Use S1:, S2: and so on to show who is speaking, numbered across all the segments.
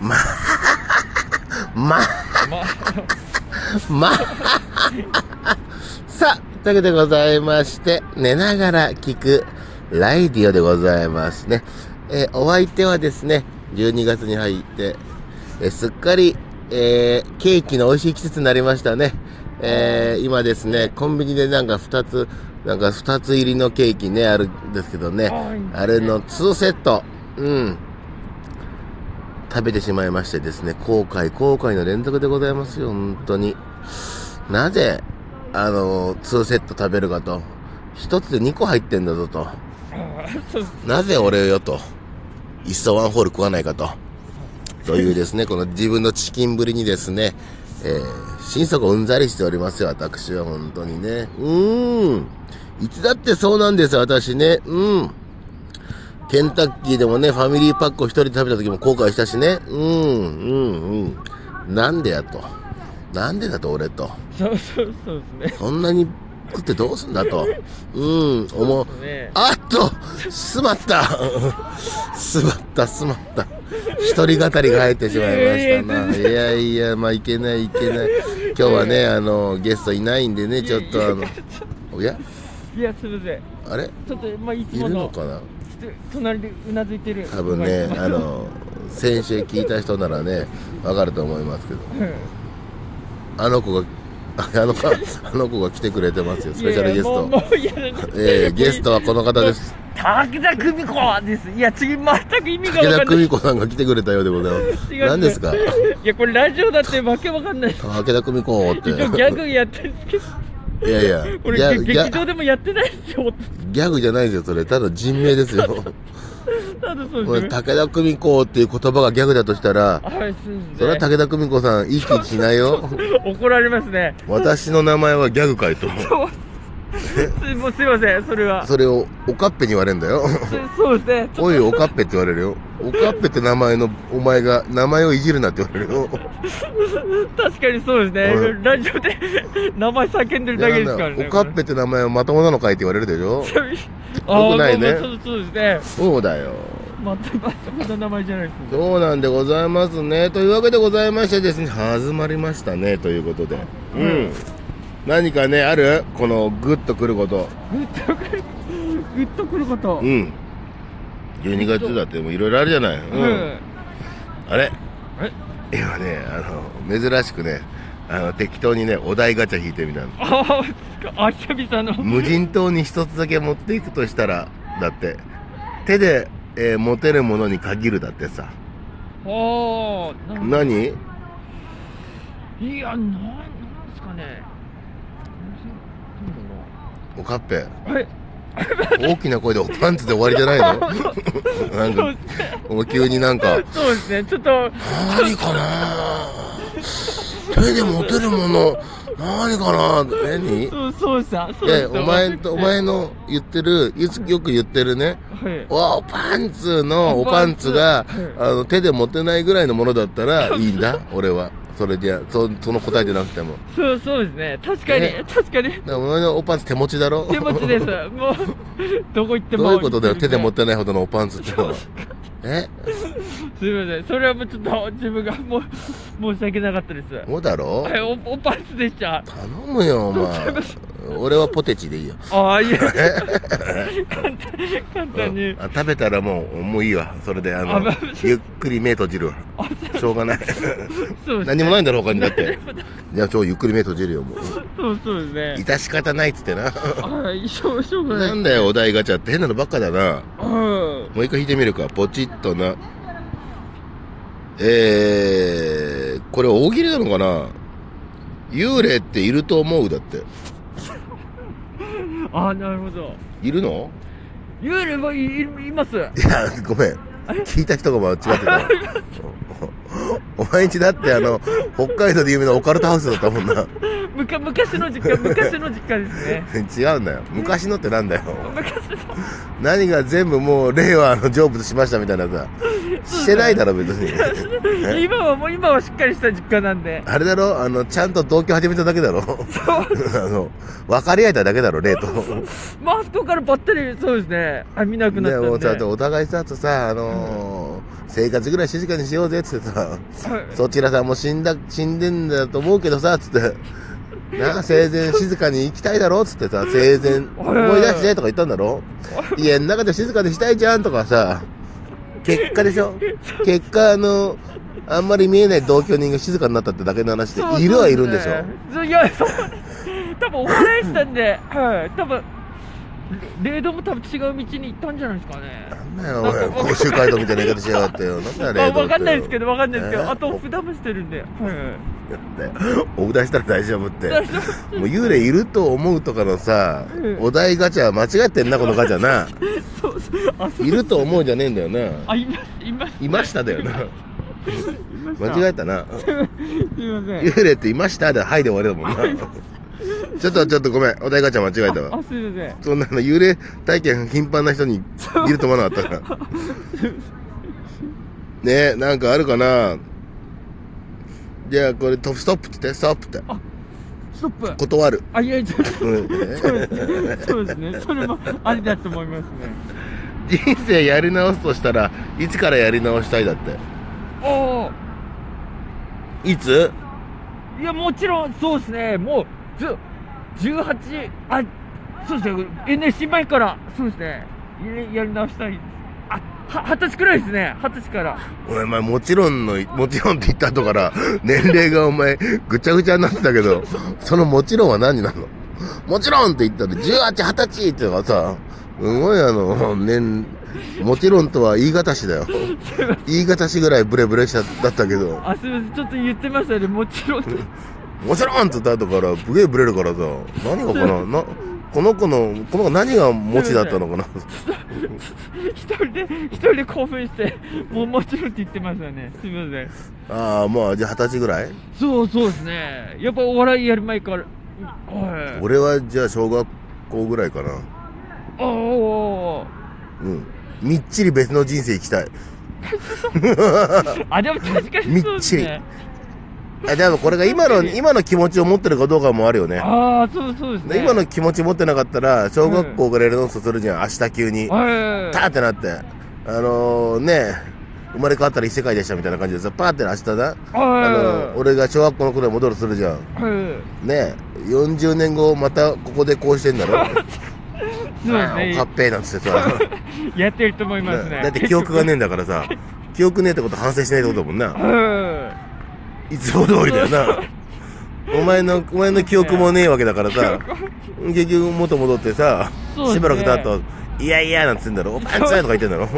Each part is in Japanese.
S1: まま
S2: ま
S1: ま さあ、というわけでございまして、寝ながら聞くライディオでございますね。えーお相手はですね、12月に入って、えーすっかり、えーケーキの美味しい季節になりましたね。えー今ですね、コンビニでなんか2つ、なんか2つ入りのケーキね、あるんですけどね、
S2: あ
S1: あれの2セット、うん、食べてしまいましてですね、後悔、後悔の連続でございますよ、本当に。なぜ、あの、2セット食べるかと。1つで2個入ってんだぞと。
S2: そう
S1: なぜ俺よと。いっそワンホール食わないかと。というですね、この自分のチキンぶりにですね、えー、心底うんざりしておりますよ、私は本当にね。うーん。いつだってそうなんですよ、私ね。うん。ケンタッキーでもね、ファミリーパックを一人で食べた時も後悔したしね。うん、うん、うん。なんでやと。なんでだと、俺と。
S2: そうそうそうですね
S1: こんなに食ってどうすんだと。うん、思う。
S2: ね
S1: あっと、すまった。 すまった、すまった。一人語りが入ってしまいましたな。いやいや、まあ、いけない、いけない。今日はね、あの、ゲストいないんでね、ちょっと、あの、おや
S2: いやすいません
S1: あれ
S2: ちょっとまあいつ
S1: い
S2: も
S1: る
S2: の
S1: のかな
S2: ちょっと隣でうなずいてる
S1: 多分ね、あの、先週聞いた人ならね、わかると思いますけど、あの子が、あの子、あの子が来てくれてますよ、スペシャルゲス
S2: いやいやもう
S1: ト。
S2: もういや
S1: ええゲストはこの方です。
S2: 武田久美子ですいや次全く意味
S1: 武
S2: が分か
S1: 田
S2: んな
S1: 久
S2: い
S1: 美子さんが来てくれたようでございます。
S2: 違う
S1: 何ですか
S2: いやこれラジオだってわけわかんない一
S1: 武田久美子って。
S2: 応ギャグやってるんですけど
S1: いやいや、
S2: これ
S1: ギャ
S2: げ
S1: グギ
S2: 劇
S1: ャ
S2: 場でもやってないですよ
S1: ギャグじゃないですよ、それ。ただ人名です よ。
S2: なんでそう
S1: これ
S2: ですね
S1: 武田久美子っていう言葉がギャグだとしたら、
S2: はいす
S1: それは武田久美子さん、いい気しないよ。
S2: 怒られます ね
S1: 私の名前はギャグかいと。
S2: すもうすいませんそれは
S1: それを、おかっぺに言われんだよ。
S2: そそうですねちょ
S1: おい、おかっぺって言われるよ。おかっぺって名前の、お前が、名前をいじるなって言われるよ。
S2: 確かにそうです
S1: う
S2: ねラジオで 名前叫んでるだけですからね
S1: おかっぺって名前はまともなのかいって言われるでしょ。
S2: あ
S1: よくないね
S2: まあまあそうそうですね
S1: そうだよ。
S2: 全くそんな名前じゃないです
S1: そうなんでございますね。というわけでございましてですね、始まりましたね、ということで。うん。
S2: うん
S1: 何かね、あるこの、グッとくること。
S2: グッとくること
S1: うん。12月だってもういろいろあるじゃない。うん。あれ
S2: え
S1: 今ね、あの、珍しくね、あの、適当にね、お題ガチャ引いてみたの。
S2: ああ久々の
S1: 無人島に一つだけ持っていくとしたら、だって、手で、えー持てるものに限るだってさ。
S2: ああなんか
S1: 何
S2: いやなんなんですかね
S1: おかっぺ。
S2: はい
S1: 大きな声でおパンツで終わりじゃないの なん
S2: そう
S1: か、お前急になんか、
S2: そうですねちょっと
S1: 何かな手で持てるもの、何かな何い
S2: そうそうですねそう
S1: やい
S2: です
S1: や、お前、お前の言ってる、よくよく言ってるね、
S2: はい
S1: おパンツのおパンツが
S2: おパンツ、
S1: あの、手で持てないぐらいのものだったらいいんだ、俺は。それじゃ、そその答えじゃなくても。
S2: そうそうですね確かに
S1: ね
S2: 確かに
S1: だからお前のおパンツ手持ちだろ
S2: 手持ちですもうどこ行っても
S1: どういうことだよ、手で持
S2: も
S1: てないほどのおパン ツってのは。え
S2: すいませんそれはもうちょっと自分がもう申し訳なかったですは
S1: そうだろ
S2: いおおパンツでした
S1: 頼むよお 前俺はポテチでいいよ
S2: ああいや簡単簡単に
S1: あ食べたらもうもういいわそれであの
S2: あまあ
S1: ゆっくり目閉じるわしょうが ない
S2: そうです
S1: 何もないんだろ他にだ ってじゃあ超ゆっくり目閉じるよもう
S2: そうそうですね
S1: 致し方ないっつってな
S2: はいしょうしょうがない
S1: なんだよお題ガチャって変なのばっかだな
S2: うん
S1: もう一回引いてみるかポチッとなえー、これ大喜利なのかな幽霊っていると思うだって
S2: ああなるほど
S1: いるの
S2: 幽霊もいいいます
S1: いや、ごめん。聞いた人が間違ってた。お前んちだってあの、北海道で有名なオカルトハウスだったもんな。
S2: むか昔の実家昔の実家ですね
S1: 違うんだよ。昔のってなんだよ。
S2: 昔の
S1: 何が全部もう令和の成仏しましたみたいなさ。してないだろ、別に。
S2: 今はもう今はしっかりした実家なんで
S1: あれだろあの、ちゃんと同居始めただけだろあの、分かり合えただけだろ、例と。
S2: マストからばったりそうですねあ見なくな
S1: ね、
S2: った
S1: も
S2: ん
S1: うだ
S2: で
S1: ってお互いさ、あとさ、あのー生活ぐらい静かにしようぜ、つってさ、
S2: はい
S1: そちらさんも死んだ、死んでんだと思うけどさ、つ って、なあ、生前静かに行きたいだろ、つってさ、生 前思い出してとか言ったんだろ家の中で静かにしたいじゃんとかさ、結果でし ょ結果、あの、あんまり見えない同居人が静かになったってだけの話で
S2: そう、
S1: いるはいるんでしょ
S2: そうすねいや、 そう。多分お笑いしたんで、はい。多分、レードも多分違う道に行ったんじゃないですかね。
S1: なんだよ、お前、 講習会とみたいな言い方しやがってよ。なんだよ、
S2: まあ、
S1: 冷凍って
S2: わかんないですけど、わかんないですけ
S1: え
S2: ど、あと、普段もしてるんで、はい。
S1: お題したら大丈夫って。
S2: 大丈
S1: もう幽霊いると思うとかのさ
S2: う、ん
S1: お題ガチャ間違ってんな、このガチャな。
S2: そうそう。あ、そう
S1: いると思うじゃねえんだよな。
S2: あ、います、います。
S1: いましただよな。
S2: いました
S1: 間違えたな。
S2: すいません。
S1: 幽霊っていましたで、はいで終わりだもんな。ちょっと、ちょっとごめん。お題ガチャ間違えたわ
S2: あ、。すいません。
S1: そんなの幽霊体験頻繁な人にいると思わなかったから。ねえ、なんかあるかなじゃあこれ、トストップって言って、ストップって。
S2: ストップ。
S1: 断る。
S2: あ、いや、ちょっと。
S1: うん
S2: そうですね。そうですね。それもありだと思いますね。
S1: 人生やり直すとしたらいつからやり直したいだって
S2: おお。
S1: いつ
S2: いや、もちろん、そうですね。もう、ず、18、あ、そうですね。NSC 前から、そうですね。ややり直したい。あ、は、二十歳くらいですね。二十歳から。
S1: お前お前もちろんのもちろんって言った後から 年齢がお前ぐちゃぐちゃになってたけどそのもちろんは何なのもちろんって言ったら18、20歳っていうのがさ、すごいあの、年、もちろんとは言い方しだよ。言い方しぐらいブレブレしちゃだったけど、
S2: あ、すみません。ちょっと言ってましたね。もちろん。
S1: もちろんって言った後から、すげえブレるからさ、何がかな、な、この子の、この子何が持ちだったのかな。
S2: 一人で、一人で興奮して、もうもちろんって言ってましたね。すみません。
S1: ああ、まあ、じゃあ二十歳ぐらい
S2: そうそうですね。やっぱお笑いやる前から。はい。
S1: 俺はじゃあ小学校ぐらいかな
S2: おお。
S1: うんみっちり別の人生行きたい
S2: あ、でも確かにそう
S1: みっ
S2: です
S1: ちり
S2: ね。
S1: あでもこれが今の今の気持ちを持ってるかどうかもあるよね
S2: ああ、そうそうです
S1: で
S2: ね。
S1: 今の気持ち持ってなかったら小学校からやり直すとするじゃん明日急に
S2: はい。
S1: ターってなってあのー、ね生まれ変わったら異世界でしたみたいな感じでさパーって明日だあのー俺が小学校の頃に戻るとするじゃん
S2: はい。
S1: ね40年後またここでこうしてんだろ
S2: そうです
S1: あーか
S2: ね
S1: っ。ぺーなんつって さ
S2: やってると思いますね。
S1: だって記憶がねえんだから さ記憶ねえってこと反省しないってことだもんな
S2: はい
S1: つも通りだよな。お前の、お前の記憶もねえわけだからさ、結局元戻ってさ、
S2: そうですね
S1: しばらく経った後、いやいやなんつうんだろ、お前んついとか言ってんだろ。
S2: い。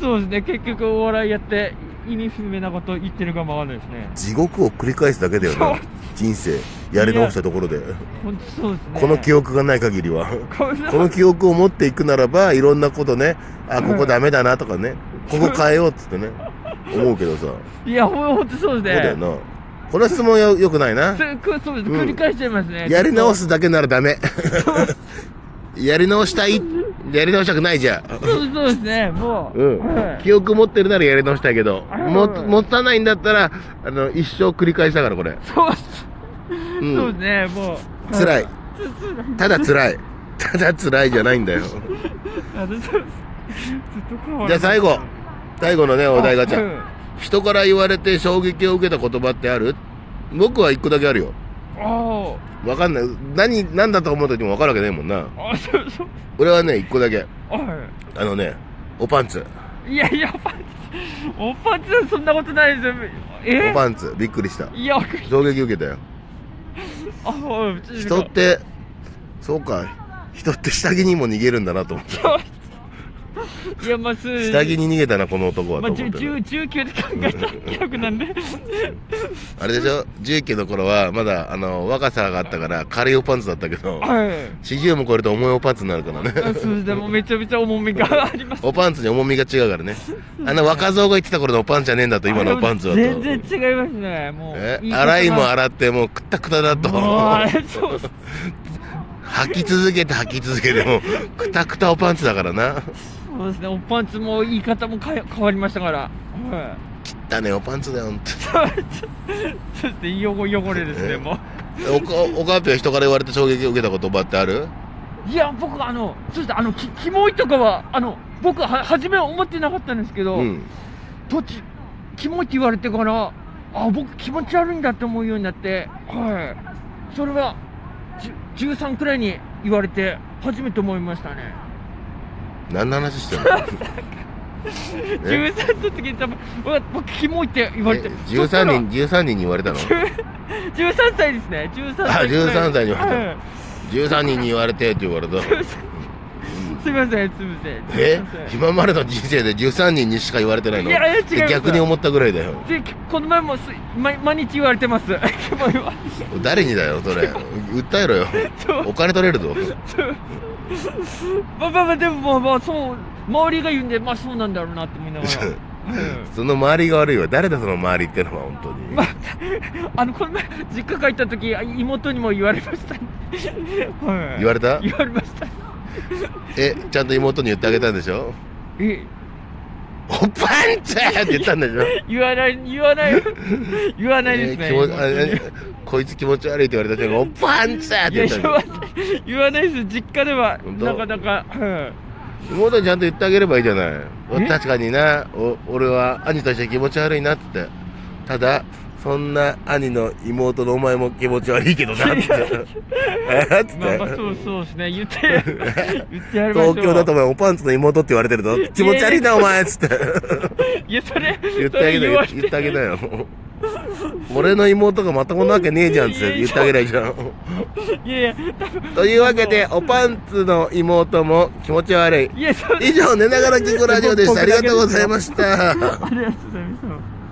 S2: そうですね。結局お笑いやって意味不明なこと言ってるかもわかんないですね。
S1: 地獄を繰り返すだけだよな
S2: そう、
S1: 人生。やり直したところで。
S2: 本当そうですね。
S1: この記憶がない限りは。
S2: この
S1: この記憶を持っていくならば、いろんなことね、あ、ここダメだなとかね、ここ変えようっつってね、思うけどさ、そう
S2: いや、ほん本当そうです
S1: だよ
S2: ね。
S1: な。この質問よ良くないな。
S2: そうくそうです。繰り返しちゃいますね。
S1: やり直すだけならダメ。 やり直したい。やり直したくないじゃん。
S2: そう。そうですね。もう。
S1: うん
S2: は。い
S1: 記憶持ってるならやり直したいけど、
S2: うん
S1: も、持たないんだったら、あの、一生繰り返したから、これ。
S2: そうっす
S1: うん
S2: そうですね。もう。
S1: 辛い
S2: は。
S1: ただ辛い。ただ辛いじゃないんだよ。
S2: あそうそうずっと変わらない
S1: じゃあ最後。最後のね、お題ガチ
S2: うん
S1: ャ。人から言われて衝撃を受けた言葉ってある僕は一個だけあるよ。
S2: あ
S1: わかんない。何、何だと思うときもわかるわけないもんな。
S2: あ。あ、そうそう。
S1: 俺はね、一個だけ。
S2: はい。
S1: あのね、おパンツ。
S2: いやいや、パンツ、おパンツはそんなことないですよ。え
S1: おパンツ。びっくりした。
S2: いや、
S1: 衝撃受けたよ。
S2: あ、うん
S1: 人っ。てそうか人って下着にも逃げるんだなと思って
S2: いや、まあ、そう
S1: 下着に逃げたなこの男は
S2: ま
S1: と思
S2: あ、じゅ
S1: って、
S2: じゅ19で考えた記憶なんで。
S1: あれでしょ19の頃はまだあの若さがあったから軽いおパンツだったけど
S2: はい。
S1: 40も超えると重いおパンツになるから ね
S2: あそうでもうめちゃめちゃ重みがあります。
S1: おパンツに重みが違うからねあの若造が言ってた頃のおパンツじゃねえんだと今のおパンツはと
S2: 全然違いますね。もう。
S1: え
S2: 言方が
S1: 洗いも洗ってもうくったくただと
S2: もうあ れ、そう。
S1: 履き続けて履き続けてもうくたくたおパンツだからな
S2: そうですね。おパンツも言い方も変え変わりましたから。は
S1: だねおパンツだよほんと
S2: い。ちょっと汚汚れですね、もう。
S1: おかおかっぴは人から言われて衝撃を受けた言葉ってある
S2: いや、僕、あの、そうですねあの、き、キモいとかは、あの、僕は、初めは思ってなかったんですけど、
S1: うん
S2: 土地キモいって言われてからあ僕気持ち悪いんだって思うようになってはいそれはじゅ13くらいに言われて初めて思いましたね
S1: 何の話 してんのえ
S2: 13の時に多分うわ僕キモいって言われて
S1: え
S2: そしたら
S1: 13人13人に言われたの
S2: 13歳ですね13歳
S1: あ13歳に言われた
S2: はい
S1: 13人に言われてって言わ れた
S2: すみませんすみません
S1: え
S2: すいません
S1: 今までの人生で13人にしか言われてないの
S2: いやいや違います
S1: で逆に思ったぐらいだよ
S2: でこの前もす毎毎日言われてます キモいわ
S1: 誰にだよそれ訴えろ よ
S2: そう
S1: お金取れるぞ
S2: まあまあまあでもまあまあそう周りが言うんでまあそうなんだろうなって思いながら、 うん
S1: その周りが悪いわ誰だその周りってのは本当に、
S2: あのこの前実家帰った時あ妹にも言われました、はい、
S1: 言われた
S2: 言われました
S1: えちゃんと妹に言ってあげたんでしょ
S2: え
S1: おパンチャーって言ったんでしょ
S2: 言わない言わない言わないですね、
S1: えー気持
S2: 妹
S1: ちあ
S2: に
S1: えこいつ気持ち悪いって言われた 瞬間おパンチャーっ
S2: い
S1: て言
S2: や
S1: ったん
S2: 言
S1: だ
S2: わない言わないです実家では
S1: 本当
S2: なかなか、うん
S1: 妹にちゃんと言ってあげればいいじゃない確かになお俺は兄として気持ち悪いなっつってただそんな兄の妹のお前も気持ち悪いけどなっつってえっつって、
S2: まあまあそうそうですね言って 言ってやりましょう
S1: 東京だとお前おパンツの妹って言われてるぞ気持ち悪いなお前っつって
S2: いやそれ
S1: 言っ
S2: そ
S1: てあ
S2: れ
S1: げ
S2: 言
S1: な
S2: わ
S1: よ
S2: れて
S1: 言ってあげなよ俺の妹がまともなわけねえじゃんっつって言ってあげないじゃん
S2: いやいや多分
S1: というわけでおパンツの妹も気持ち悪い
S2: いやそう
S1: 以上寝ながら聞くラジオでしたありがとうございました
S2: ありがとうございました